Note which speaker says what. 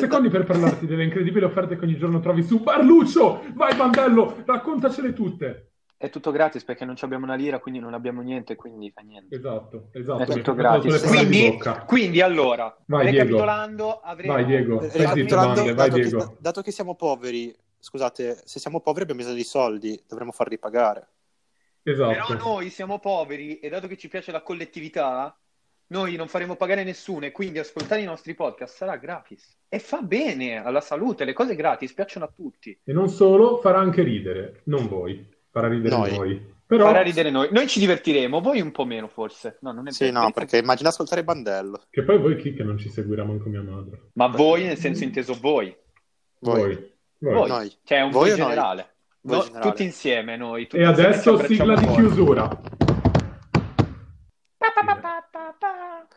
Speaker 1: secondi per parlarti delle incredibili offerte che ogni giorno trovi su Barluccio. Vai Bandello, raccontacele tutte.
Speaker 2: È tutto gratis perché non abbiamo una lira, quindi non abbiamo niente, quindi fa niente.
Speaker 1: Esatto, esatto.
Speaker 2: È
Speaker 1: mi
Speaker 2: tutto
Speaker 1: hai fatto
Speaker 2: gratis.
Speaker 1: le parole di
Speaker 3: Quindi-
Speaker 1: bocca.
Speaker 2: Quindi allora,
Speaker 1: Vai, Diego.
Speaker 2: recapitolando, avremo...
Speaker 1: Vai Diego,
Speaker 3: Eh,
Speaker 1: stai zitto,
Speaker 3: Capitolando,
Speaker 1: Bande, vai
Speaker 3: dato, che,
Speaker 1: Diego.
Speaker 3: dato che siamo poveri, scusate, se siamo poveri abbiamo bisogno di soldi, dovremmo farli pagare.
Speaker 1: Esatto.
Speaker 2: Però noi siamo poveri e dato che ci piace la collettività, noi non faremo pagare nessuno e quindi ascoltare i nostri podcast sarà gratis. E fa bene alla salute, le cose gratis piacciono a tutti.
Speaker 1: E non solo, farà anche ridere, non voi, farà ridere
Speaker 3: Noi.
Speaker 1: voi. Però
Speaker 2: Farà ridere noi. Noi ci divertiremo, voi un po' meno forse. No, non è
Speaker 3: Sì,
Speaker 2: vero.
Speaker 3: no, perché immagina ascoltare Bandello.
Speaker 1: che poi voi chi che non ci seguirà manco mia madre.
Speaker 2: Ma
Speaker 3: Mm.
Speaker 2: voi nel senso inteso voi.
Speaker 3: Voi.
Speaker 1: Voi. Voi.
Speaker 2: Voi.
Speaker 3: Noi.
Speaker 2: Cioè un
Speaker 3: Voi
Speaker 2: voi
Speaker 3: o noi?
Speaker 2: generale.
Speaker 3: Voi
Speaker 2: No,
Speaker 3: generale.
Speaker 2: Tutti insieme noi. tutti
Speaker 1: E
Speaker 2: insieme ci
Speaker 1: adesso
Speaker 2: abbracciamo
Speaker 1: sigla di
Speaker 2: forte.
Speaker 1: chiusura.